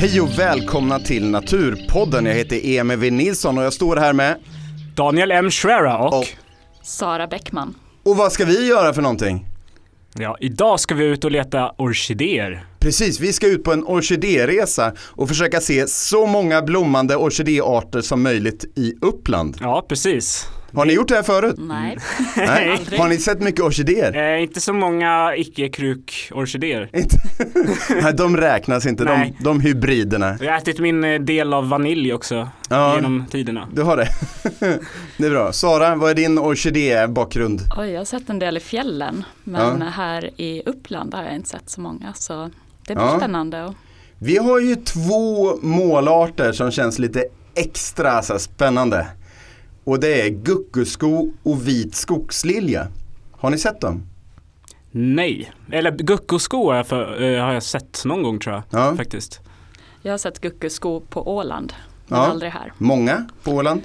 Hej och välkomna till Naturpodden. Jag heter Emil V. Nilsson och jag står här med... Daniel M. Schwera och, Och- Sara Bäckman. Och vad ska vi göra för någonting? ja, idag ska vi ut och leta orkidéer. Precis, vi ska ut på en orkidéresa och försöka se så många blommande orkidéarter som möjligt i Uppland. Ja, precis. Har ni gjort det här förut? Nej, aldrig. Har ni sett mycket orkidéer? Eh, inte så många icke-kruk-orkidéer. Inte. Nej, de räknas inte, de, Nej. de hybriderna. Jag har ätit min eh, del av vanilj också Ja. genom tiderna. Du har det. Det är bra. Sara, vad är din orkidébakgrund? Oj, jag har sett en del i fjällen. Men Ja. här i Uppland har jag inte sett så många. Så det blir Ja. spännande. Och, Vi har ju två målarter som känns lite extra så här, spännande. Och det är guckusko och vit skogslilja. Har ni sett dem? Nej, eller guckosko har jag, för, eh, har jag sett någon gång tror jag. Ja. Faktiskt. jag har sett guckusko på Åland. Men Ja. aldrig här. Många på Åland.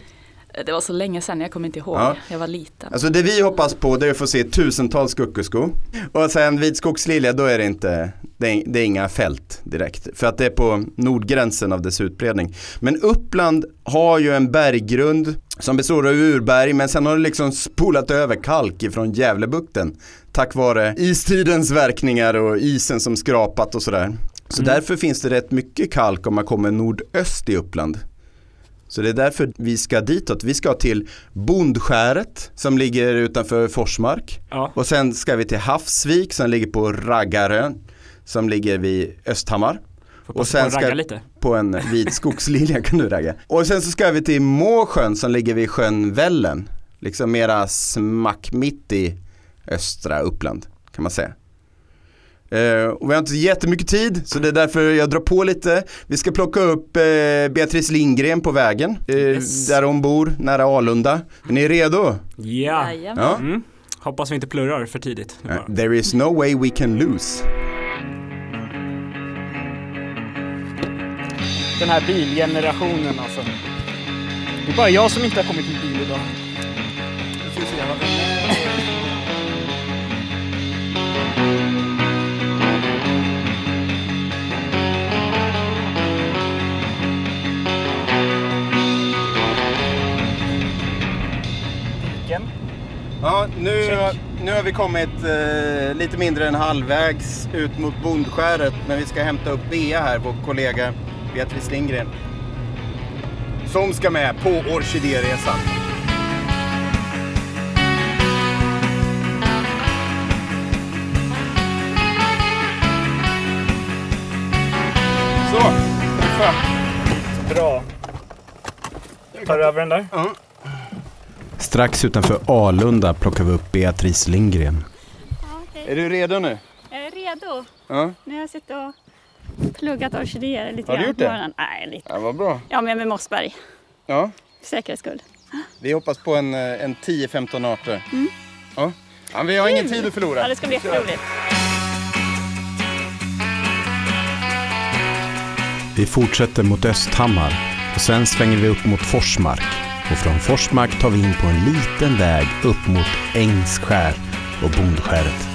Det var så länge sedan, jag kommer inte ihåg. Ja. Jag var liten. Alltså det vi hoppas på det är att få se tusentals guckusko. Och sen vit skogslilja då är det inte, det är, det är inga fält direkt. För att det är på nordgränsen av dess utbredning. Men Uppland har ju en berggrund som består av urberg men sen har det liksom spolat över kalk ifrån Gävlebukten. Tack vare istidens verkningar och isen som skrapat och sådär. Så Mm. därför finns det rätt mycket kalk om man kommer nordöst i Uppland. Så det är därför vi ska ditåt. Vi ska till Bondskäret som ligger utanför Forsmark. Ja. Och sen ska vi till Havsvik som ligger på Raggarön som ligger vid Östhammar. Får Och passa sen på att ragga ska- lite. På en vit skogslilja kan du ragga. Och sen så ska vi till Måsjön som ligger vid sjön Vällen. Liksom mera smack mitt i östra Uppland kan man säga. Eh, och vi har inte jättemycket tid så det är därför jag drar på lite. Vi ska plocka upp eh, Beatrice Lindgren på vägen. eh, Yes. Där hon bor, nära Alunda. Är ni redo? Ja. Jajamän. Ja. Mm. Hoppas vi inte plurrar för tidigt. nu bara. Eh, There is no way we can lose. den här bilgenerationen alltså. Det är bara jag som inte har kommit med bil idag. Vilken? Ja, nu, Check. nu har vi kommit eh, lite mindre än halvvägs ut mot Bondskäret men vi ska hämta upp Bea här, vår kollega Beatrice Lindgren. Som ska med på orkidéresan. Så, träffa. Bra. Tar du över den där? Strax utanför Alunda plockar vi upp Beatrice Lindgren. Är du redo nu? Jag är redo. Ja, Nu har jag suttit och pluggat orkidéer lite Har du grann gjort på det? morgonen. Nej, lite. ja vad bra. Ja, men jag är med Mossberg. Ja. För säkerhets skull. Vi hoppas på en, eh, en 10-15 arter. Ja. Ja, vi har ingen tid att Mm. Ja, förlora. det ska bli jätteroligt. Vi fortsätter mot Östhammar och sen svänger vi upp mot Forsmark. Och från Forsmark tar vi in på en liten väg upp mot Ängsskär och Bondskäret.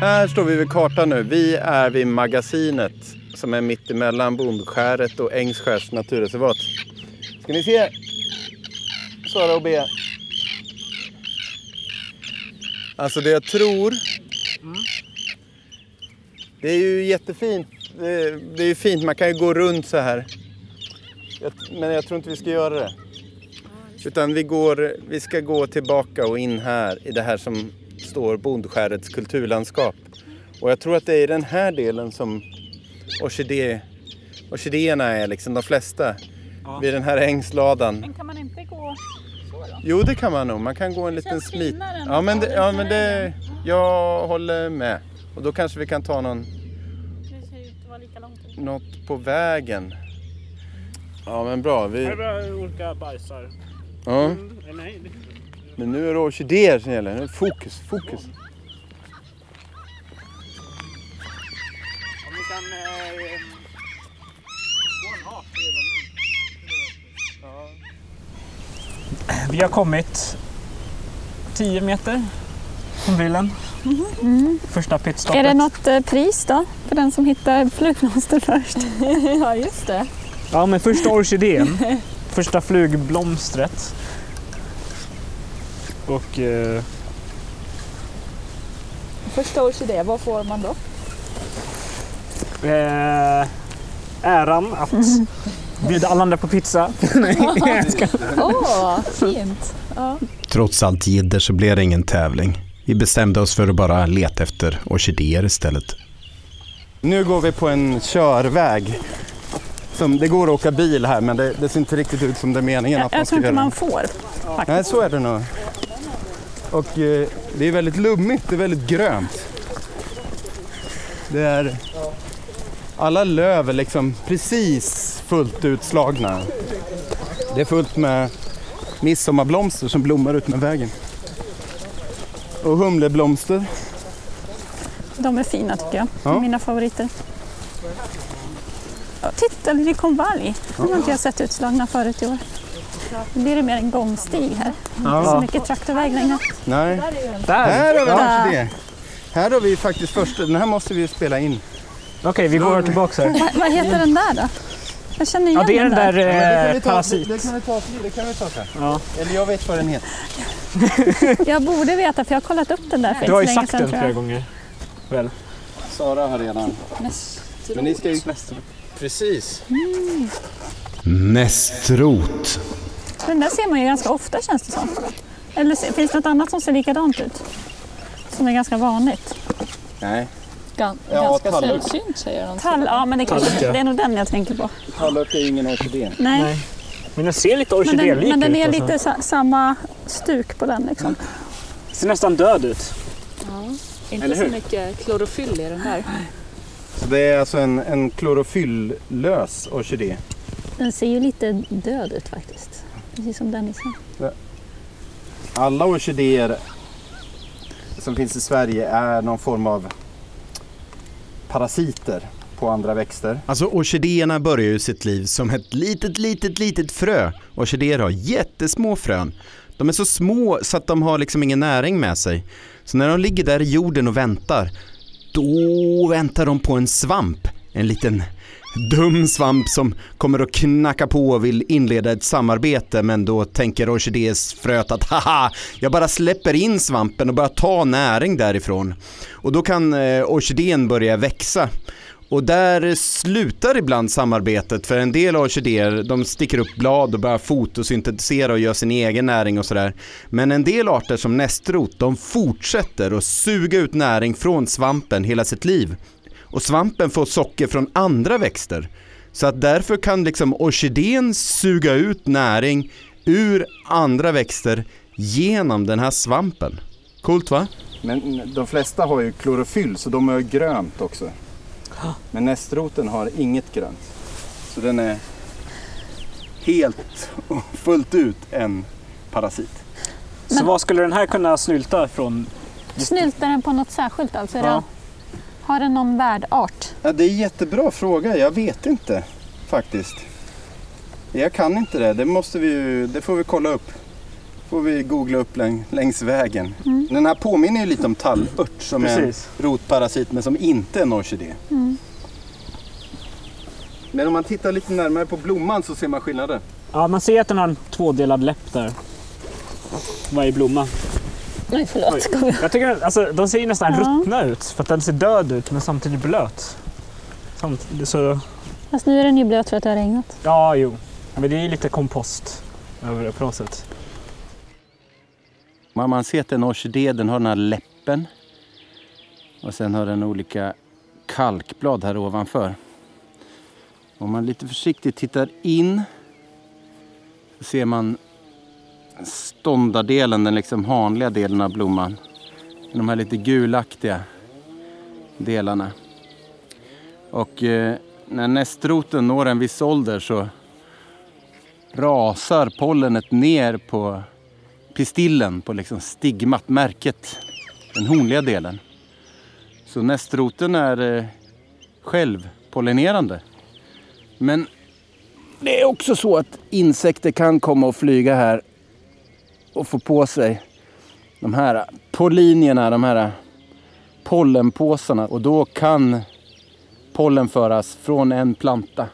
Här står vi vid kartan nu. Vi är vid magasinet som är mitt emellan Bondskäret och Ängsskärs naturreservat. Ska ni se? Sara och Bea. Alltså det jag tror. Mm. Det är ju jättefint. Det, det är ju fint. Man kan ju gå runt så här. Jag, men jag tror inte vi ska göra det. Utan vi, går, vi ska gå tillbaka och in här i det här som står Bondskärets kulturlandskap. Och jag tror att det är i den här delen som orkidé, orkidéerna är, liksom de flesta. Vid den här ängsladan. Men kan man inte gå... Jo, det kan man nog. Man kan gå en liten Känns smit. finare än Ja, men att det, ta ja, den men här det, vägen. jag håller med. Och då kanske vi kan ta någon, Det ser ut att vara lika långt. något på vägen. Ja, men bra. Vi, bara olika bajsar. Mm, ja. Nej, Men nu är det orkidéer som gäller. Nu fokus, fokus. Om vi kan... Eh, få en hak redan nu. Vi har kommit 10 meter från bilen. Första pitstoppet. Är det något eh, pris då för den som hittar flugblomster först? ja, just det. Ja, men första orkidén. första flugblomstret. Och eh, Första orkidé, vad får man då? eh, äran att bjuda alla andra på pizza. Åh, fint! Ja. Trots allt jidder så blev det ingen tävling. Vi bestämde oss för att bara leta efter orkidéer istället. Nu går vi på en körväg. Som, det går att åka bil här men det, det ser inte riktigt ut som det är meningen Jag, att man jag ska tror göra. inte man får. Nej, så är det nog. Och eh, det är väldigt lummigt, det är väldigt grönt. Det är... Alla löv är liksom precis fullt utslagna. Det är fullt med midsommarblomster som blommar ut med vägen. Och humleblomster. De är fina tycker jag. Ja. Mina favoriter. Ja, Titta, liljekonvalj. De har inte jag sett utslagna förut i år. Nu blir det mer en gångstig här. Inte så mycket traktorväg längre. Nej. Där! Här har vi Ja. kanske det. Här har vi faktiskt första, den här måste vi ju spela in. Okej, vi går tillbaka här. Va, vad heter den där då? Jag känner igen Ja, det är den där Men eh, det kan vi parasit. ta- Det det kan vi ta, det kan vi ta sen. Ja. Eller jag vet vad den heter. Jag borde veta för jag har kollat upp den där för Du har ju inte så länge sagt den sedan tror flera jag. gånger. Sara har redan. Men ni ska ju... Precis. Nästrot. Den där ser man ju ganska ofta känns det som. Eller se- finns det något annat som ser likadant ut? Som är ganska vanligt. Nej. Gan- Ja, ganska tallrik. sällsynt säger de. Tall, ja men det, Tallrik, kanske, ja. det är nog den jag tänker på. Tallört är ingen orkidé. Nej. Nej. Men den ser lite Men den, orkidélik men den är ut. alltså. lite sa, samma stuk på den liksom. Ser nästan död ut. Eller Inte hur? så mycket klorofyll i den där. Så det är alltså en, en klorofylllös orkidé. Den ser ju lite död ut faktiskt. Precis som den sa. Alla orkidéer som finns i Sverige är någon form av parasiter på andra växter. Alltså orkidéerna börjar ju sitt liv som ett litet, litet, litet frö. Orkidéer har jättesmå frön. De är så små så att de har liksom ingen näring med sig. Så när de ligger där i jorden och väntar, då väntar de på en svamp. En liten dum svamp som kommer att knacka på och vill inleda ett samarbete men då tänker orkidésfröet att haha, jag bara släpper in svampen och börjar ta näring därifrån. Och då kan eh, orkidén börja växa. Och där slutar ibland samarbetet för en del orkidéer de sticker upp blad och börjar fotosyntetisera och gör sin egen näring och sådär. Men en del arter som nästrot de fortsätter att suga ut näring från svampen hela sitt liv. Och svampen får socker från andra växter. Så att därför kan liksom orkidén suga ut näring ur andra växter genom den här svampen. Coolt va? Men de flesta har ju klorofyll så de har ju grönt också. Men nästroten har inget grönt. Så den är helt och fullt ut en parasit. Så vad skulle den här kunna snylta från? Snyltar den på något särskilt alltså? Är Ja. den, har den någon värdart? Ja, det är en jättebra fråga. Jag vet inte faktiskt. Jag kan inte det. Det, måste vi ju, det får vi kolla upp. får vi googla upp läng, längs vägen. Den här påminner ju lite om tallört som Precis. är en rotparasit men som inte är en orkidé. Men om man tittar lite närmare på blomman så ser man skillnader. Ja, man ser att den har en tvådelad läpp där. Varje blomma. Nej förlåt. Jag tycker den- alltså, de ser ju nästan ruttna ut för att den ser död ut men samtidigt blöt. Samtidigt så... Fast nu är den ju blöt för att det har regnat. Ja, jo. Men det är ju lite kompost över det på något sätt. Man, man ser att en orkidé den har den här läppen. Och sen har den olika kalkblad här ovanför. Om man lite försiktigt tittar in så ser man ståndardelen, den liksom hanliga delen av blomman. De här lite gulaktiga delarna. Och eh, när nästroten når en viss ålder så rasar pollenet ner på pistillen på liksom stigmat, märket, den hornliga delen. Så nästroten är eh, självpollinerande. Men det är också så att insekter kan komma och flyga här och få på sig de här pollinierna, de här pollenpåsarna. Och då kan pollen föras från en planta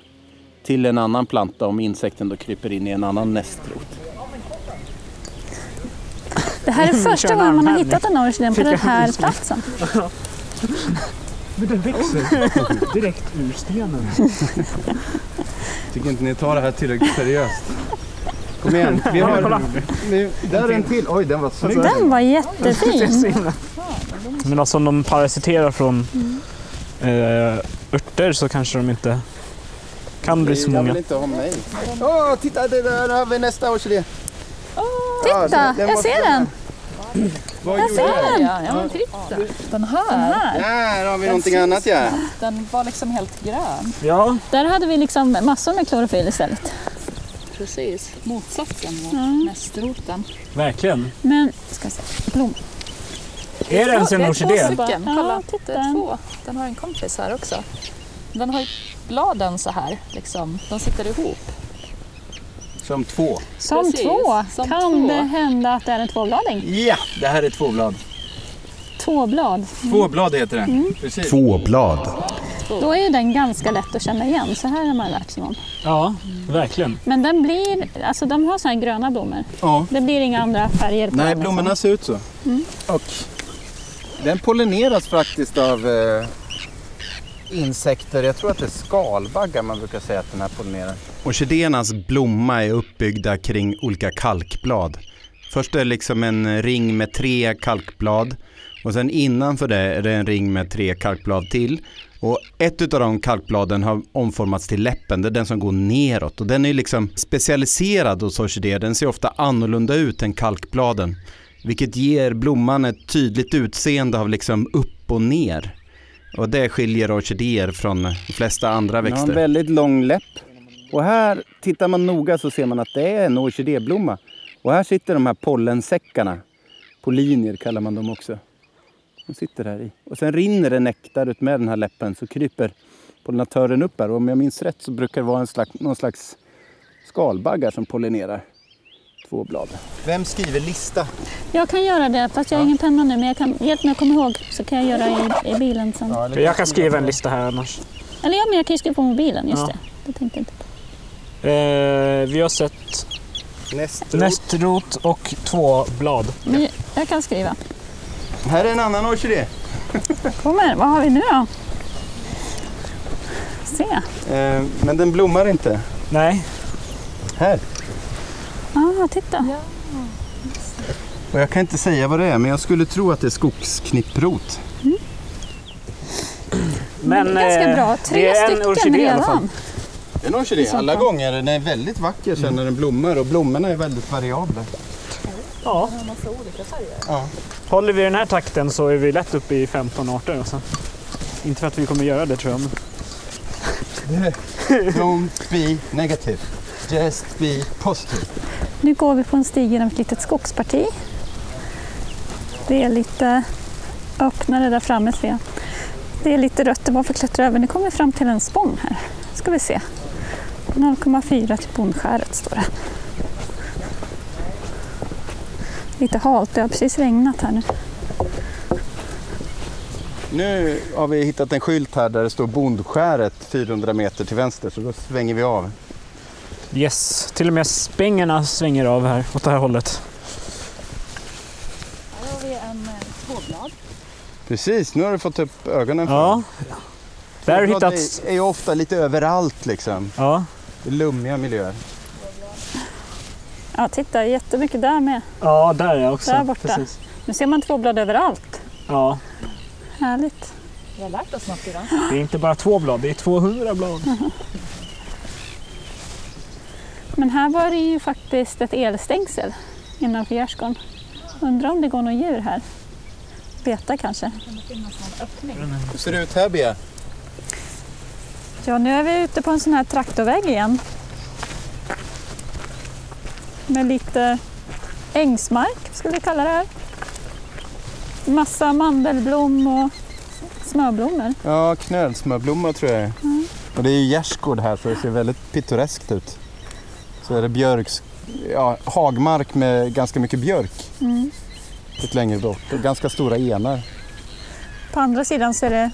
till en annan planta om insekten då kryper in i en annan nästrot. Det här är Vi kör första en gången man har armhävning. hittat en orkidé på Fick den jag här hus- platsen. Men den växer direkt ur stenen. Tycker inte ni tar det här tillräckligt seriöst. Kom igen, vi har... Nu, där är en till. Oj, den var snygg. Den var jättefin. Men alltså om de parasiterar från eh, örter så kanske de inte kan bli så Jag vill många. inte ha mig. Åh, titta, det där har vi nästa orkidé. Titta, jag ser den. Vad gjorde jag? Ja, ja, men titta. Den här, Där har vi någonting annat ja. den var liksom helt grön. Ja, Där hade vi liksom massor med klorofyll istället. Precis, Mm. motsatsen mot nästroten. verkligen. Men, ska jag se. Blom. Är det ens en Det är orkidé? två stycken, Ja, kolla. titta. det är två. Den har en kompis här också. Den har ju bladen så här, liksom. de sitter ihop. Som två. Som Precis, två. som kan två. det hända att det är en tvåblading? Ja, det här är tvåblad. Tvåblad. Tvåblad heter den. Precis. Två blad. Då är ju den ganska lätt att känna igen. Så här har man lärt sig om. Ja, verkligen. Men den blir, alltså de har såna här gröna blommor. Ja. Det blir inga andra färger på Nej, dem, blommorna ser ut så. Och den pollineras faktiskt av eh, insekter. Jag tror att det är skalbaggar man brukar säga att den här pollinerar. Orkidéernas blomma är uppbyggda kring olika kalkblad. Först är det liksom en ring med tre kalkblad och sen innanför det är det en ring med tre kalkblad till. Och ett utav de kalkbladen har omformats till läppen, det är den som går neråt. Och den är liksom specialiserad hos orkidéer, den ser ofta annorlunda ut än kalkbladen. Vilket ger blomman ett tydligt utseende av liksom upp och ner. Och det skiljer orkidéer från de flesta andra Den har en växter. väldigt lång läpp. Och här tittar man noga så ser man att det är en orkidéblomma. Och här sitter de här pollensäckarna. Pollinier kallar man dem också. De sitter här i. Och sen rinner det nektar ut med den här läppen så kryper pollinatören upp här. Och om jag minns rätt så brukar det vara en slags, någon slags skalbaggar som pollinerar två blad. Vem skriver lista? alltså. Jag kan göra det, fast jag har ingen penna nu. Men jag kan, hjälp mig att komma ihåg så kan jag göra i, i bilen sen. Jag kan skriva en lista här annars. Eller ja, men jag kan ju skriva på mobilen. Just Ja. det. Det tänkte jag inte på. Eh, vi har sett Nästrot. nästrot och två blad. Men jag kan skriva. Här är en annan orkidé. Kommer, vad har vi nu då? Se. Eh, men den blommar inte. Nej, Här. Ah, titta. Och jag kan inte säga vad det är men jag skulle tro att det är skogsknipprot. men... det är Mm, ganska eh, bra. Tre det är en stycken orkidé i alla redan. fall. En orkidé, alla gånger. Den är väldigt vacker sen när den blommar och blommorna är väldigt variabla. Ja. Håller vi den här takten så är vi lätt uppe i 15 arter. Alltså. Inte för att vi kommer göra det tror jag. Men... Don't be negative, just be positive. Nu går vi på en stig genom ett litet skogsparti. Det är lite öppnare där framme ser jag. Det är lite rött där man får klättra över. Nu kommer vi fram till en spång här. ska vi se. 0,4 till Bondskäret står det. Lite halt, det har precis regnat här nu. Nu har vi hittat en skylt här där det står Bondskäret 400 meter till vänster så då svänger vi av. Yes, till och med spängerna svänger av här åt det här hållet. Här har vi en eh, tvåblad. Precis, nu har du fått upp ögonen. för Ja. Där har den. vi Choklad hittat... är ju ofta lite överallt liksom. Ja. I Lummiga miljöer. Ja, titta jättemycket där med. ja, där är jag också. Där borta. Nu ser man tvåblad överallt. Ja. Härligt. Vi har lärt oss något idag. Det är inte bara två blad, det är 200 blad. Men här var det ju faktiskt ett elstängsel innanför gärdsgården. Undrar om det går några djur här. Beta kanske. Hur ser det ut här Bea? Ja, nu är vi ute på en sån här traktorväg igen. Med lite ängsmark, skulle vi kalla det här. Massa mandelblom och smörblommor. Ja, knölsmörblomma tror jag mm. Och det är ju gärdsgård här så det ser väldigt pittoreskt ut. Så är det björks, ja, hagmark med ganska mycket björk. Mm. Lite längre bort och ganska stora enar. På andra sidan så är det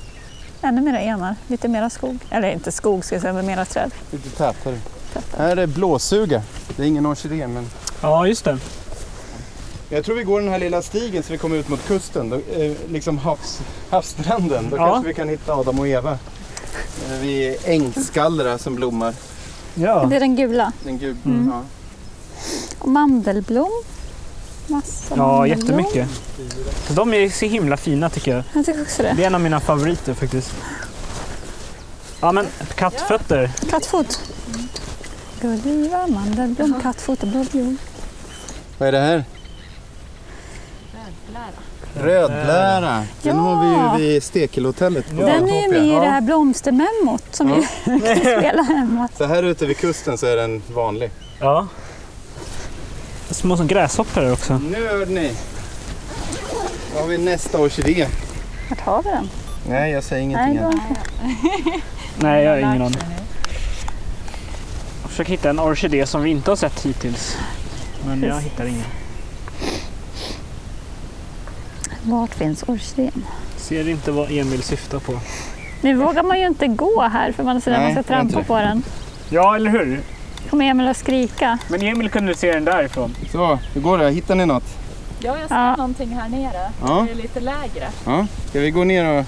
ännu mera enar, lite mera skog. Eller inte skog ska jag säga, men mera träd. Lite tätare. Här är blåsuga. Det är ingen orkidé men Ja, just det. Jag tror vi går den här lilla stigen så vi kommer ut mot kusten, då, eh, liksom havs, havsstranden. Då Ja. kanske vi kan hitta Adam och Eva. Eh, vi är ängskallra som blommar. Ja. Det är den gula. Den gul, ja. Och mandelblom. Massa Ja, mandelblom. jättemycket. De är så himla fina tycker jag. Jag tycker också det. Det är en av mina favoriter faktiskt. Ja men kattfötter. Kattfot. Gulliva, mandelblom, kattfot och blodblom. Vad är det här? Rödlära. Rödlära. Den Ja. har vi ju vid Stekelhotellet. på Den är ju Torpia. med i Ja. det här blomstermemot som vi spelar hemma. Så här ute vid kusten så är den vanlig. Ja. Små som gräshoppor också. Nu hörde ni. Då har vi nästa års idé. Vart har vi den? Nej, jag säger Nej, ingenting då. än. Nej, jag har ingen aning. Jag försöker hitta en orkidé som vi inte har sett hittills. Men jag Precis. hittar ingen. Vart finns orkidén? Ser inte vad Emil syftar på. Nu vågar man ju inte gå här för man är så rädd Nej, man ska jag trampa inte. på den. Ja, eller hur? Kommer Emil att skrika? Men Emil kunde se den därifrån. Så, hur går det? Hittar ni något? Ja, jag ser Ja. någonting här nere. Ja. Det är lite lägre. ja. Ska vi gå ner och...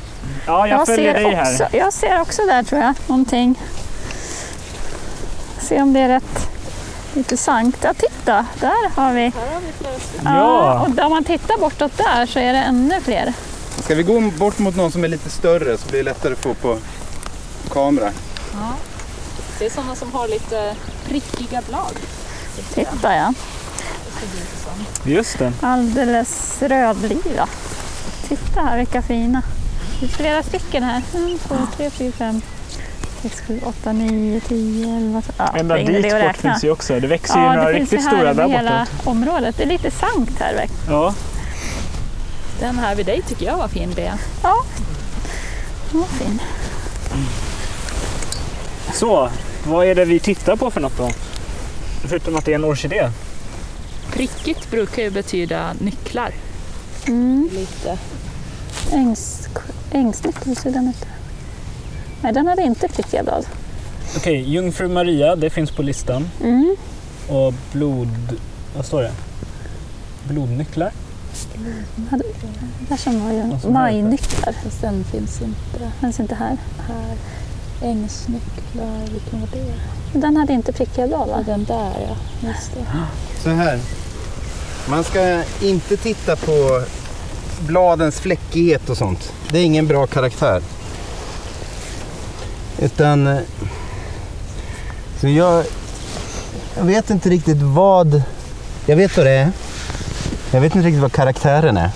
Ja, jag, följer dig här. också, jag ser också där tror jag, någonting. Se om det är rätt intressant. Ja, titta, där har vi. Ja, Ja. och om man tittar bortåt där så är det ännu fler. Ska vi gå bort mot någon som är lite större så blir det lättare att få på kamera? Det är sådana som har lite prickiga blad. Titta ja, Just det. alldeles rödliva. Titta här vilka fina. Det är flera stycken här. En, två, tre, fyra, fem, sex, sju, åtta, nio, tio, elva. tolv. Ja, Ända det är ingen idé dit att bort räkna. finns ju också. Det växer ju Ja, några det finns ju riktigt här stora över där hela borta. området. Det är lite sankt här verkligen. Ja. Den här vid dig tycker jag var fin, Bea. Ja, fin. Så, vad är det vi tittar på för något då? Förutom att det är en orkidé. Prickigt brukar ju betyda nycklar. Mm. Lite. Ängs, ängsnyckel ser den ut. Nej, den hade inte prickiga blad. Okej, Jungfru Maria, det finns på listan. Mm. Och blod... Vad står det? Blodnycklar? Där som var Vad ju som är det? majnycklar. Fast den finns inte Den finns inte här. här. Ängsnycklar, vilken var det? Den hade inte prickiga blad va? Den där ja, just det. Så här. Man ska inte titta på bladens fläckighet och sånt. Det är ingen bra karaktär. Utan... eh, Så jag, jag vet inte riktigt vad... Jag vet vad det är. Jag vet inte riktigt vad karaktären är.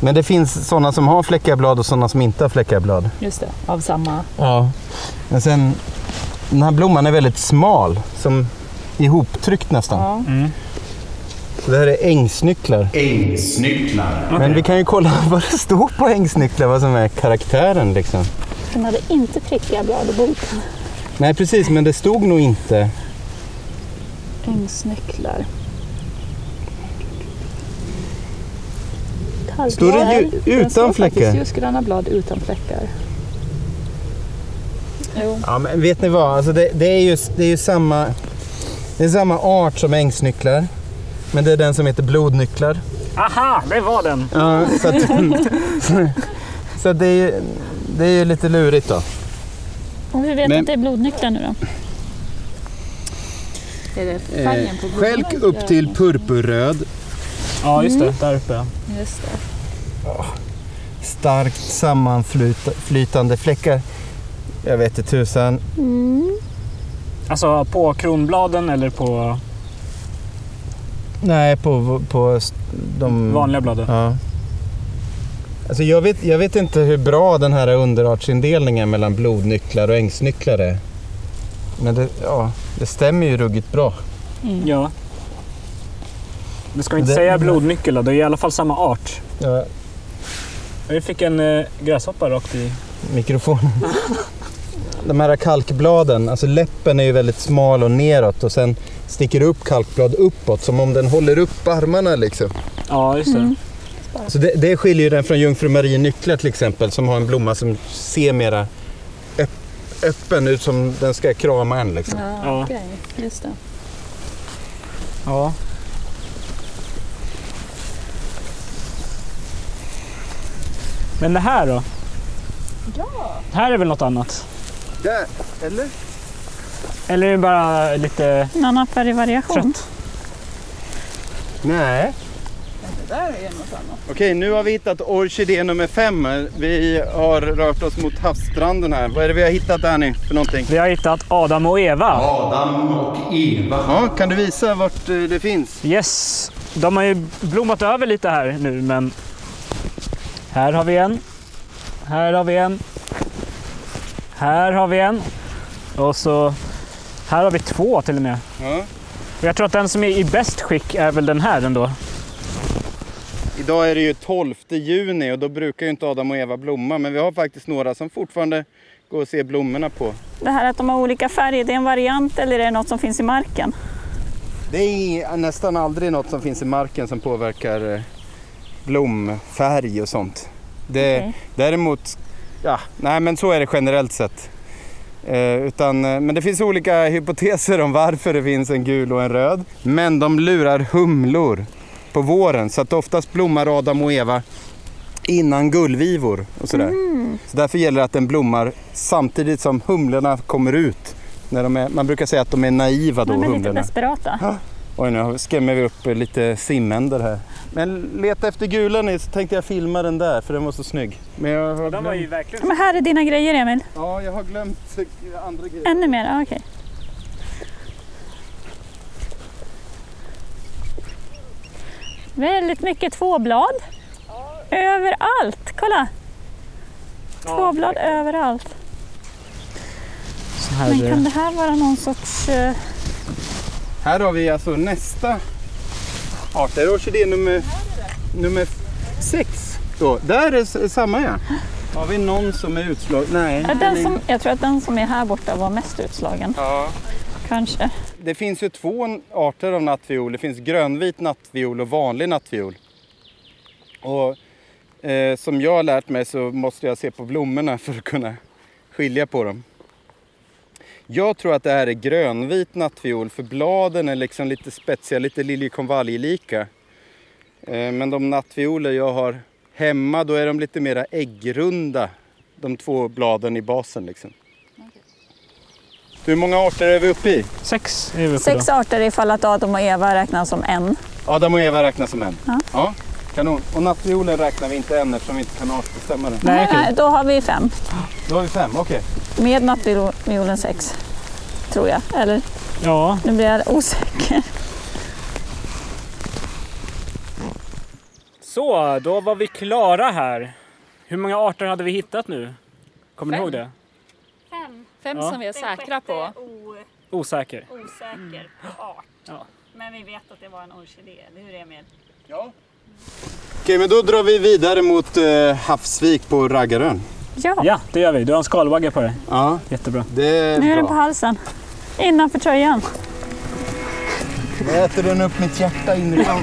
Men det finns sådana som har fläckiga blad och sådana som inte har fläckiga blad. Just det, av samma. Ja. Men sen, den här blomman är väldigt smal, som ihoptryckt nästan. Ja. Så det här är ängsnycklar. Ängsnycklar. Men vi kan ju kolla vad det står på ängsnycklar, vad som är karaktären liksom. Den hade inte prickiga blad och boken. Nej precis, men det stod nog inte. Ängsnycklar. Står det ju utan fläckar? ljusgröna blad utan fläckar. Jo. Ja, men vet ni vad? Alltså det, det är ju, det är ju samma, det är samma art som ängsnycklar. Men det är den som heter blodnycklar. Aha, det var den! Ja, så att, så att det, är ju, det är ju lite lurigt då. Och hur vet Men- att det är blodnycklar nu då? Är det färgen på Eh, Skälk upp till purpurröd. Ja, just Mm. det. Där uppe. Just det. Starkt sammanflytande fläckar. Jag vet inte tusan. Alltså på kronbladen eller på Nej, på, på s- de... vanliga bladen? Ja. Alltså jag, vet, jag vet inte hur bra den här underartsindelningen mellan blodnycklar och ängsnycklar är. Men det, ja, det stämmer ju ruggigt bra. Ja. Men ska vi inte Det- säga blodnyckel då? Det är i alla fall samma art. Ja, Vi fick en eh, gräshoppa rakt i. mikrofonen. De här kalkbladen, alltså läppen är ju väldigt smal och neråt och sen sticker upp kalkblad uppåt som om den håller upp armarna liksom. Ja, just det. Mm. Så det, det skiljer ju den från Jungfru Marie Nyckla till exempel som har en blomma som ser mera öpp, öppen ut som den ska krama en liksom. Ja. Okej, just det. ja. Men det här då? Ja. Det här är väl något annat? Där, eller? Eller är det bara lite En annan färgvariation. trött? Nej. Okej, nu har vi hittat orkidé nummer fem. Vi har rört oss mot havsstranden här. Vad är det vi har hittat Annie för någonting? Vi har hittat Adam och Eva. Adam och Eva. Ja, kan du visa vart eh, det finns? Yes, de har ju blommat över lite här nu men här har vi en, här har vi en, här har vi en och så här har vi två till och med. Ja. Och jag tror att den som är i bäst skick är väl den här ändå. Idag är det ju 12 juni och då brukar ju inte Adam och Eva blomma. Men vi har faktiskt några som fortfarande går att se blommorna på. Det här att de har olika färger, det är en variant eller är det något som finns i marken? Det är nästan aldrig något som finns i marken som påverkar eh, blomfärg och sånt. Det, Okej. Däremot, ja, nej men så är det generellt sett. Eh, utan, eh, men det finns olika hypoteser om varför det finns en gul och en röd. Men de lurar humlor på våren så att oftast blommar Adam och Eva innan gullvivor och sådär. Mm. Så därför gäller det att den blommar samtidigt som humlorna kommer ut. När de är, man brukar säga att de är naiva då, De är lite humlorna. desperata. Oj, nu skrämmer vi upp lite simänder här. Men leta efter gulen så tänkte jag filma den där för den var så snygg. Men jag har glömt, verkligen... Men här är dina grejer Emil. ja, jag har glömt andra grejer. Ännu mer? Ah, Okej. Väldigt mycket tvåblad. Överallt! Kolla! Tvåblad överallt. Sån här, Men kan eh, det här vara någon sorts... eh, Här har vi alltså nästa art. Där är orkidé nummer, nummer sex. Då. Där är s- samma ja. Har vi någon som är utslagen? Nej. ja, den är- den som, jag tror att den som är här borta var mest utslagen. Ja. Kanske. Det finns ju två arter av nattviol. Det finns grönvit nattviol och vanlig nattviol. Och eh, som jag har lärt mig så måste jag se på blommorna för att kunna skilja på dem. Jag tror att det här är grönvit nattviol för bladen är liksom lite spetsiga, lite liljekonvaljlika. Eh, men de nattvioler jag har hemma då är de lite mera äggrunda, de två bladen i basen liksom. Hur många arter är vi uppe i? Sex är vi på Sex då. arter ifall att Adam och Eva räknas som en. Adam och Eva räknas som en? Ja. Kanon. Och nattviolen räknar vi inte än eftersom vi inte kan artbestämma den. Nej, okej. Nej, eh, då har vi fem. Då har vi fem, okej. Med nattviolen sex. Tror jag. Eller Ja, nu blir jag osäker. så då var vi klara här. Hur många arter hade vi hittat nu? Kommer ni Fem. ihåg det? Fem Ja. som vi är säkra på. Osäker. Osäker Mm. på art. Ja. Men vi vet att det var en orkidé, eller hur Emil? Ja. Okej, men då drar vi vidare mot eh, Havsvik på Raggarön. Ja, Ja, det gör vi. Du har en skalbagge på dig. Ja, Jättebra. det är nu är den på bra. halsen. Innanför tröjan. Nu äter den upp mitt hjärta inifrån.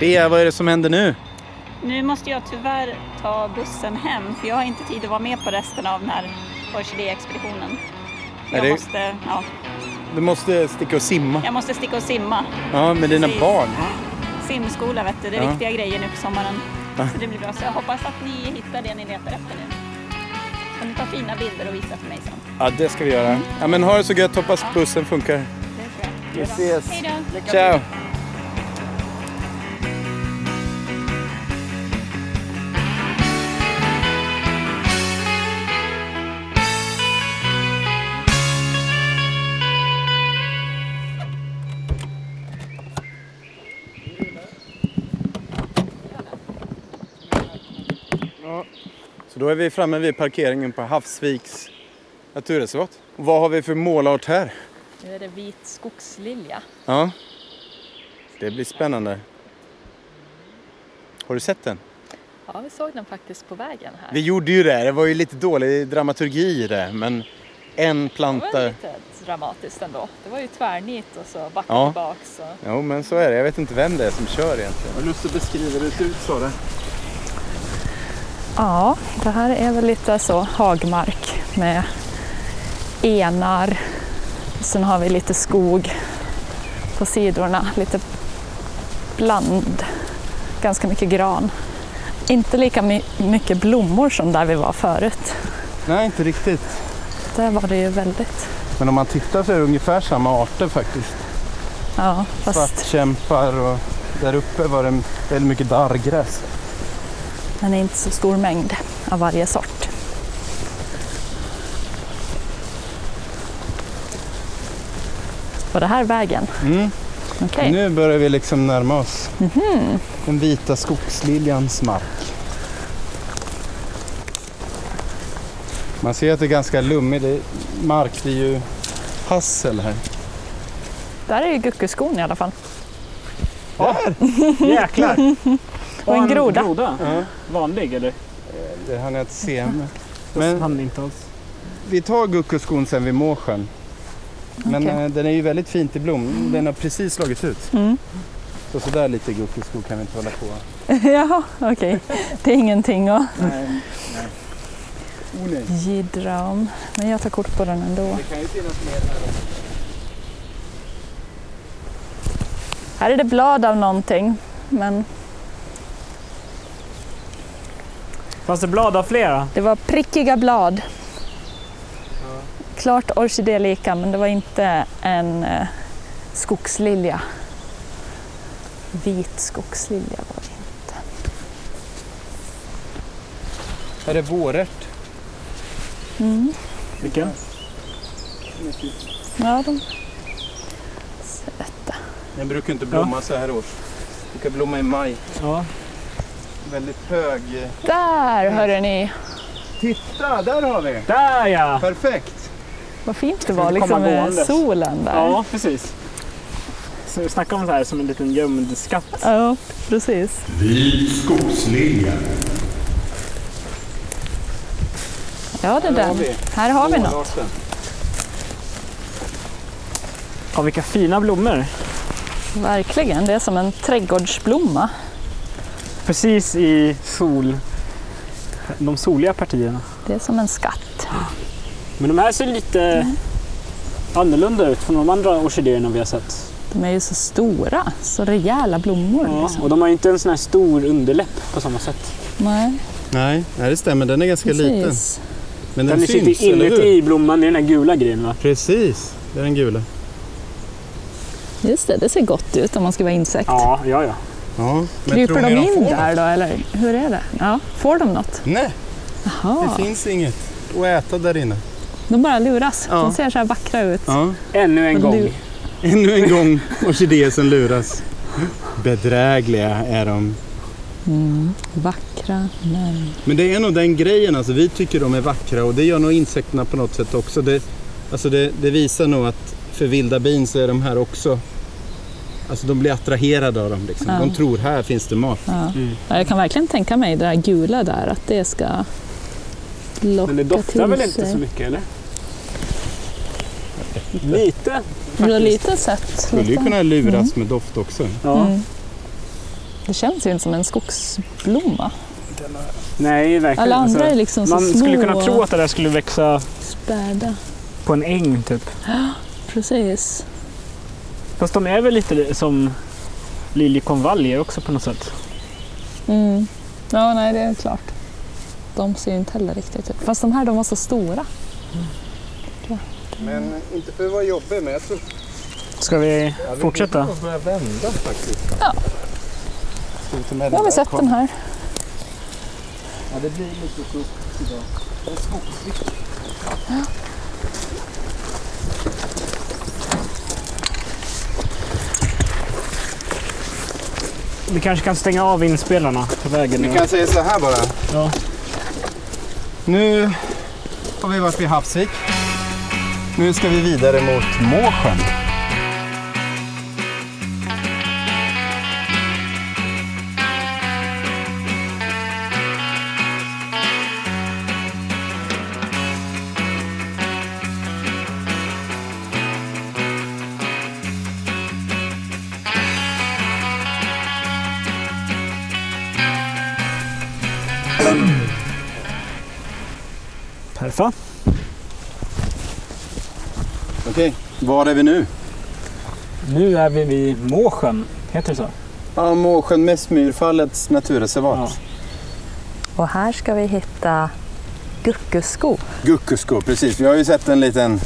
Bea, vad är det som händer nu? Nu måste jag tyvärr ta bussen hem för jag har inte tid att vara med på resten av den här orkidéexpeditionen. Nej, Jag, det- måste, ja, Du måste sticka och simma. jag måste sticka och simma. Ja, med dina Precis. barn. Simskola vet du, det är Ja. viktiga grejer nu på sommaren. Så det blir bra. Så jag hoppas att ni hittar det ni letar efter nu. Kan ni ta fina bilder och visa för mig sen? Ja, det ska vi göra. Ja, men ha det så gött. Hoppas bussen funkar. Det tror jag. Vi ses. Hej då! Ciao. Så då är vi framme vid parkeringen på Havsviks naturreservat. Och vad har vi för målart här? Nu är det vit skogslilja. Ja. Det blir spännande. Har du sett den? Ja, vi såg den faktiskt på vägen här. Vi gjorde ju det. Det var ju lite dålig dramaturgi i det. Men en Det var planta. lite dramatiskt ändå. Det var ju tvärnit och så backa Ja. tillbaks. Och... Jo, men så är det. Jag vet inte vem det är som kör egentligen. Har du lust att beskriva hur det ser ut Sara? Ja, det här är väl lite så hagmark med enar. Sen har vi lite skog på sidorna, lite bland, ganska mycket gran. Inte lika my- mycket blommor som där vi var förut. Nej, inte riktigt. Där var det ju väldigt. Men om man tittar så är det ungefär samma arter faktiskt. Ja, fast Svartkämpar och där uppe var det väldigt mycket darrgräs. men inte så stor mängd av varje sort. Var det här vägen? Mm. Okej. Nu börjar vi liksom närma oss Mhm. den vita skogsliljans mark. Man ser att det är ganska lummig det- mark. Det är ju hassel här. Där är ju guckuskon i alla fall. Jäklar! Och en groda. Vanlig eller? Det hann jag inte se. Mhm. Men, Men... men Han inte alls. vi tar guckuskon sen vid Måsjön. Men Okej. eh, den är ju väldigt fint i blom. Den har precis slagit ut. Mm. Så sådär lite guckusko kan vi inte hålla på. Jaha, okej. Det är ingenting att Nej, nej. Oh, nej. jiddra om. Men jag tar kort på den ändå. Det kan ju finnas mer här. Här är det blad av någonting. Men Fanns det blad av flera? det var prickiga blad. Klart orkidélika men det var inte en eh, skogslilja. Vit skogslilja var det. Här är vårärt. Mm. Vilken? Ja, de... Söta. Den brukar inte blomma så här års. Brukar blomma i maj. Ja. Väldigt hög. eh, Där hörde ni! Titta, där har vi! Där ja! Perfekt! Vad fint det Ska var vi liksom komma med gåendes? solen där. Ja, precis. Så snacka om det här som en liten gömd skatt. ja precis. Vit skogslilja. Ja, det Där där. har vi. Här har vi något. Vårarten. Ja, vilka fina blommor. Verkligen. Det är som en trädgårdsblomma. Precis i sol... De soliga partierna. Det är som en skatt. Men de här ser lite Mm. annorlunda ut från de andra orkidéerna vi har sett. De är ju så stora, så rejäla blommor. Ja, Liksom. och de har ju inte en sån här stor underläpp på samma sätt. Nej, Nej, nej, det stämmer. Den är ganska liten. precis. Men Den, den, syns, sitter eller hur? inuti i blomman i den här gula grejen va? Precis, det är den gula. Just det, det ser gott ut om man ska vara insekt. Ja, ja, ja. Ja. men tror Kryper ni de in får där då, eller hur är det? Ja, får de något? något? Nej, Jaha, det finns inget att äta där inne. de bara luras. Ja. De ser så här vackra ut. Ja. Ännu en Men gång. du- Ännu en gång orkidéer som luras. Bedrägliga är de. Mm, vackra, men... Men det är nog den grejen, alltså, vi tycker de är vackra och det gör nog insekterna på något sätt också. Det, alltså det, det visar nog att för vilda bin så är de här också, alltså de blir attraherade av dem. Liksom. Ja. De tror här finns det mat. Ja. Ja, Jag kan verkligen tänka mig det där gula där, att det ska locka Men det doftar till väl sig. inte så mycket eller? Lite. Du har lite sett. Skulle ju lite- kunna luras med doft också. Ja. Mm. Det känns ju inte som en skogsblomma. Nej, verkligen. Alla Alltså, andra är liksom så man små skulle kunna tro och att det där skulle växa späda. på en äng typ. Precis. Fast de är väl lite som liljekonvaljer också på något sätt. Mm. Ja, nej, det är klart. De ser ju inte heller riktigt ut. Fast de här de var så stora. Men inte för att vara jobbig, men jag tror Ska vi fortsätta? börja vända faktiskt. Ja. Nu har vi sett den här. Ja, det blir lite skog idag. En skogsvikt. Vi kanske kan stänga av inspelarna på vägen. Vi nu. kan säga så här bara. Ja. Nu har vi varit vid Havsvik. Nu ska vi vidare mot Måsjön. Perfa. Okej, var är vi nu? Nu är vi vid Måsjön, heter det så? Ja, Måsjön med Smyrfallets naturreservat. Och här ska vi hitta guckusko Guckusko, precis. Vi har ju sett en liten,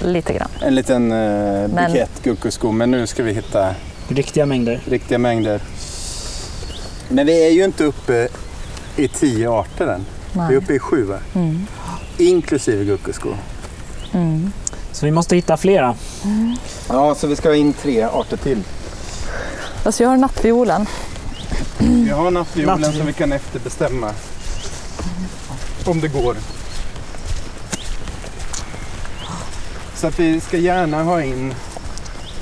lite grann. en liten eh, Men- bukett guckusko, men nu ska vi hitta Riktiga mängder. riktiga mängder. Men vi är ju inte uppe i tio arter än. Vi Nej. är uppe i sju, va? Mm. inklusive guckusko. Mm. Så vi måste hitta flera. Ja, så vi ska ha in tre arter till. Alltså jag har nattviolen. Mm. Vi har nattviolen Nattviolen. som vi kan efterbestämma. Om det går. Så att vi ska gärna ha in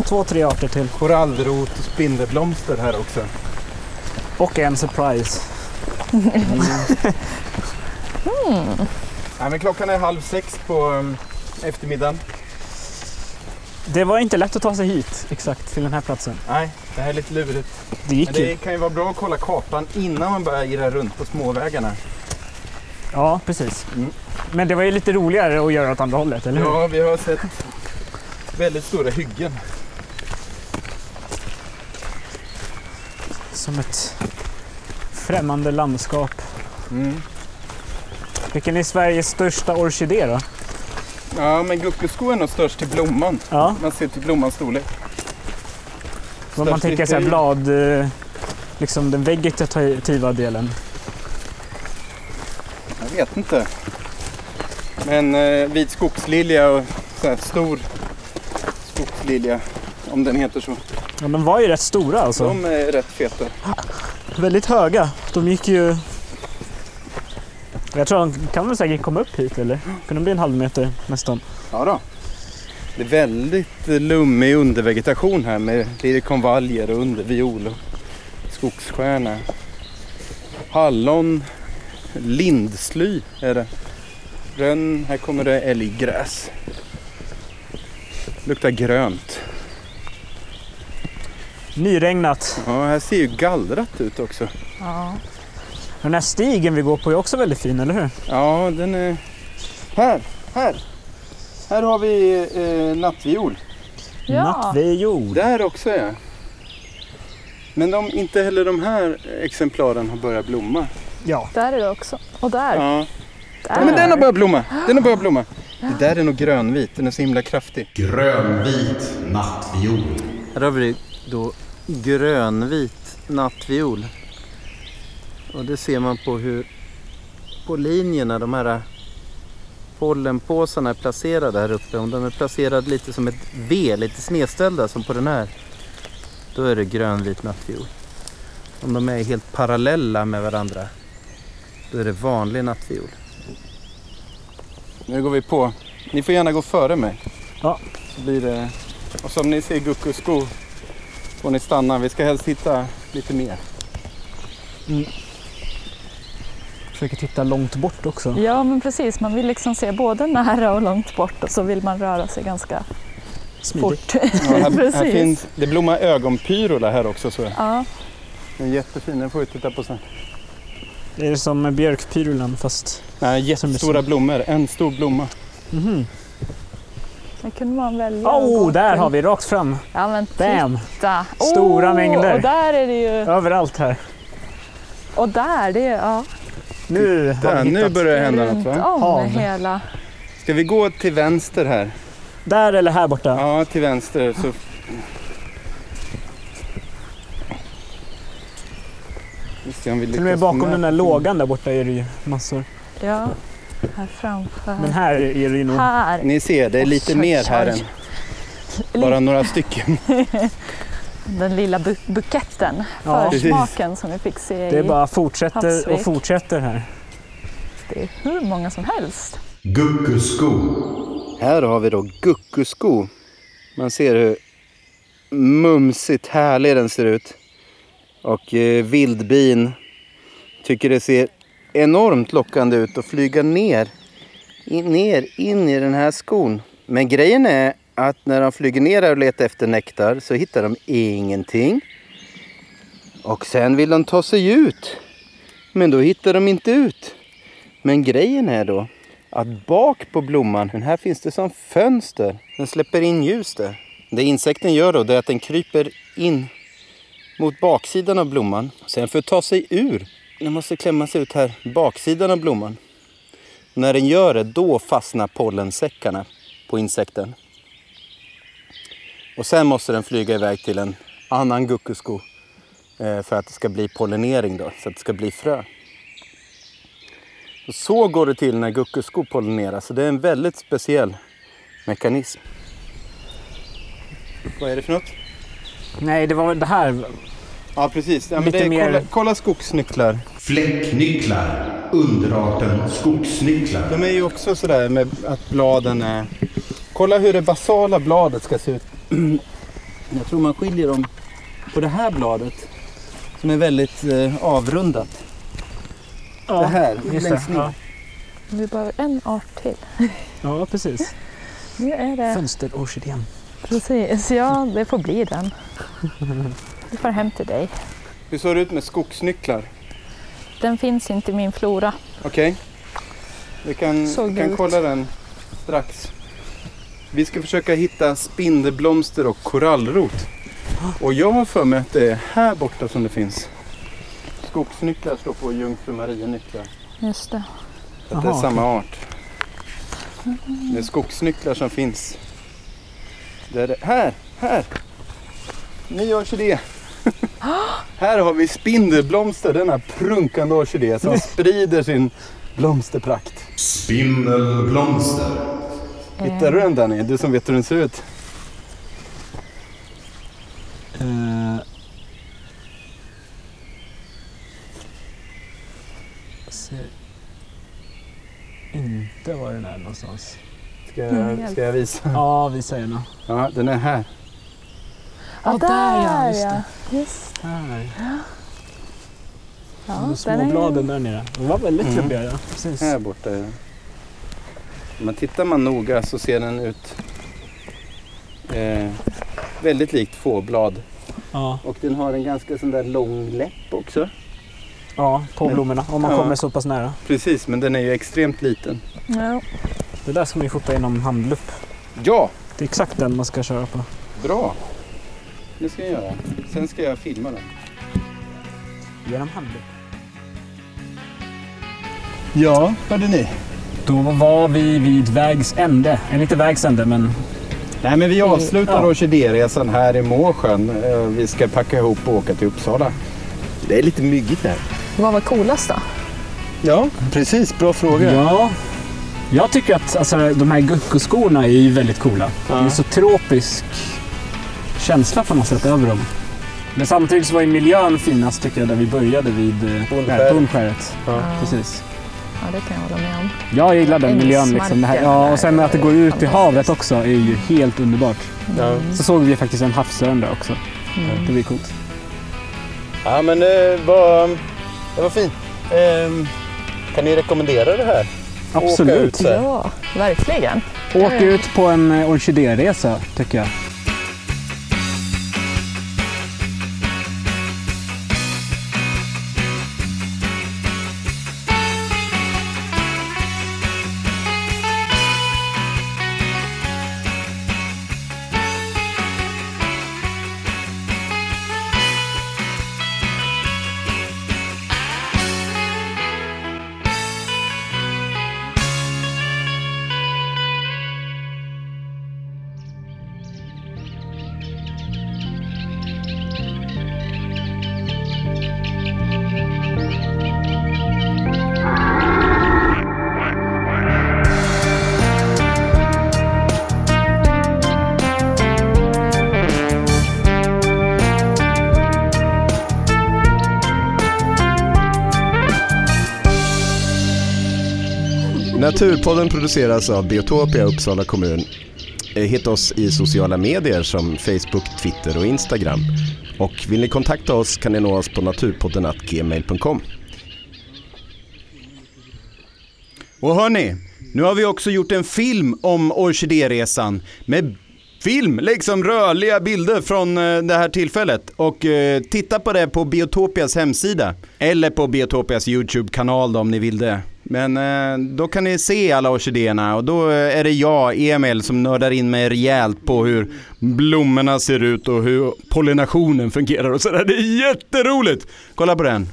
Två, tre arter till. korallrot och spindelblomster här också. Och en surprise. Nej, men klockan är halv sex på um, eftermiddagen. Det var inte lätt att ta sig hit exakt till den här platsen. Nej, det här är lite lurigt. Det gick Men ju. det kan ju vara bra att kolla kartan innan man börjar irra runt på småvägarna. Ja, precis. Mm. Men det var ju lite roligare att göra åt andra hållet, eller hur? Ja, vi har sett väldigt stora hyggen. Som ett främmande landskap. Mm. Vilken är Sveriges största orkidé då? Ja, men guckusko är nog störst till blomman. Ja, Man ser till blommans storlek. vad man Störst tänker inte så här i- blad... eh, Liksom den vegetativa delen. Jag vet inte. Men eh, vit skogslilja och så här stor skogslilja, om den heter så. Ja, de var ju rätt stora alltså. De är rätt feta. Väldigt höga. De gick ju... Jag tror de kan väl säkert komma upp hit eller? Kan de bli en halv meter nästan? Ja då. Det är väldigt lummig undervegetation här med lite konvaljer och underviol och skogsstjärna. Hallon, lindsly är det. Rönn, här kommer det älggräs. Luktar grönt. Nyregnat. Ja, här ser ju gallrat ut också. Ja. Den här stigen vi går på är också väldigt fin, eller hur? Ja, den är... Här, här! Här har vi eh, nattviol. Ja. Nattviol. Där också ja. Men de, inte heller de här exemplaren har börjat blomma. Ja. Där är det också. Och där. Ja. där. Nej, men den har börjat blomma! Den har börjat blomma. Det där är nog grönvit, den är så himla kraftig. Grönvit nattviol. Här har vi då grönvit nattviol. Och det ser man på hur på linjerna de här pollenpåsarna är placerade här uppe. Om de är placerade lite som ett V, lite snedställda som på den här, då är det grönvit nattviol. Om de är helt parallella med varandra, då är det vanlig nattviol. Nu går vi på. Ni får gärna gå före mig. Ja. Så blir det... Och som ni ser guckusko får ni stanna. Vi ska helst hitta lite mer. Försöker titta långt bort också. Ja, men precis. Man vill liksom se både nära och långt bort och så vill man röra sig ganska Smidigt. fort. Ja, här, här Precis. finns, det blommar ögonpyrola här också. Så. Ja. Den är jättefin, den får vi titta på sen. Det är som björkpyrulan fast... Nej, jättestora blommor, en stor blomma. Mhm. Sen kunde man välja. Åh, att gå oh, där till- har vi rakt fram. Ja, men Bam! titta. Stora Åh, mängder. Och där är det ju. Överallt här. Och där, det är ja. Nu har vi hittat. börjar runt om Hav. hela. Ska vi gå till vänster här? Där eller här borta? Ja, till vänster. Så... Vi ska se om vi Till och med lyckas bakom med- den där lågan där borta är det ju massor. Ja, här framför. Men här är det ju nog... här. Ni ser, det är lite Oj, mer oj, här än oj. bara några stycken. Den lilla bu- buketten. Ja. Försmaken som vi fick se Det är i. bara fortsätter och Havsvik. fortsätter här. Det är hur många som helst. Guckusko. Här har vi då guckusko. Man ser hur mumsigt härlig den ser ut. Och eh, vildbin tycker det ser enormt lockande ut att flyga ner. In, ner in i den här skon. Men grejen är att när de flyger ner här och letar efter nektar så hittar de ingenting. Och sen vill de ta sig ut. Men då hittar de inte ut. Men grejen är då att bak på blomman, den här finns det som fönster. Den släpper in ljus där. Det insekten gör då det är att den kryper in mot baksidan av blomman. Sen för att ta sig ur, den måste klämma sig ut här, baksidan av blomman. När den gör det, då fastnar pollensäckarna på insekten. Och sen måste den flyga iväg till en annan guckusko eh, för att det ska bli pollinering då, så att det ska bli frö. Och så går det till när guckusko pollineras, så det är en väldigt speciell mekanism. Vad är det för något? Nej, det var väl det här. Ja, precis. Ja, men Lite det är, mer- kolla, kolla skogsnycklar. Fläcknycklar. Underarten skogsnycklar. De är ju också sådär med att bladen är... Kolla hur det basala bladet ska se ut. Jag tror man skiljer dem på det här bladet som är väldigt eh, avrundat. Ja, det här, just längst det, ner. ja. Vi behöver en art till. Ja, precis. Nu är det... Fönsterorkidén. Precis, ja det får bli den. Vi får hem till dig. Hur såg det ut med skogsnycklar? Den finns inte i min flora. Okej. Vi kan, Såg vi det kan ut. kolla den strax. Vi ska försöka hitta spindelblomster och korallrot. Och jag har för mig att det är här borta som det finns. Skogsnycklar står på jungfru Marie-nycklar. Just det. Att det är Jaha, samma art. Det är skogsnycklar som finns. Det är det. Här, här! Ny orkidé. här har vi spindelblomster, denna prunkande orkidé som sprider sin blomsterprakt. Spindelblomster. Hittar du den Danny? Du som vet hur den ser ut. Eh, ser inte var den är någonstans. Ska jag, ska jag visa? Ja, visa gärna. Ja, den är här. Ja, där ja! Just det. Just. Här. Ja, de små den är ju- bladen där nere. De var väldigt Mm. trevliga. Ja. Precis. Här borta är den. Om man tittar man noga så ser den ut eh, väldigt likt fåblad. Ja. Och den har en ganska sån där lång läpp också. ja, på Men- blommorna. Om man Ja. kommer så pass nära. Precis, men den är ju extremt liten. Ja. Det där ska man ju skjuta genom handlupp. Ja, Det är exakt den man ska köra på. bra. Det ska jag göra. Sen ska jag filma den. Genom handlupp. Ja, hörde ni? Då var vi vid vägs ände. Eller inte vägs ände, men Nej, men vi avslutar Ja. orkidéresan här i Måsjön. Eh, Vi ska packa ihop och åka till Uppsala. Det är lite myggigt där. Vad var coolast då? Ja, precis. Bra fråga. Ja. Jag tycker att alltså, de här guckoskorna är ju väldigt coola. Det är en så tropisk känsla på något sätt över dem. Men samtidigt så var ju miljön finast tycker jag där vi började vid eh, Bondskäret. Bondskäret. Ja. Precis. Ja, det kan jag hålla med om. Jag gillar den miljön. Liksom. Det här. Ja, och sen att det går ut i Fantastiskt. havet också är ju helt underbart. Ja. Så såg vi faktiskt en havsörn där också. Det blir coolt. Ja, men det var, det var fint. Ehm, kan ni rekommendera det här? Åka ut Absolut. så här. Ja, verkligen. Åk ut på en eh, orkidéresa tycker jag. Naturpodden produceras av Biotopia Uppsala kommun. Eh, Hitta oss i sociala medier som Facebook, Twitter och Instagram. Och vill ni kontakta oss kan ni nå oss på naturpodden.gmail.com. Och hörni, nu har vi också gjort en film om orkidéresan med film, liksom rörliga bilder från eh, det här tillfället. Och eh, titta på det på Biotopias hemsida eller på Biotopias YouTube-kanal då, om ni vill det. Men eh, då kan ni se alla orkidéerna och då eh, är det jag, Emil, som nördar in mig rejält på hur blommorna ser ut och hur pollinationen fungerar och sådär. Det är jätteroligt! Kolla på den.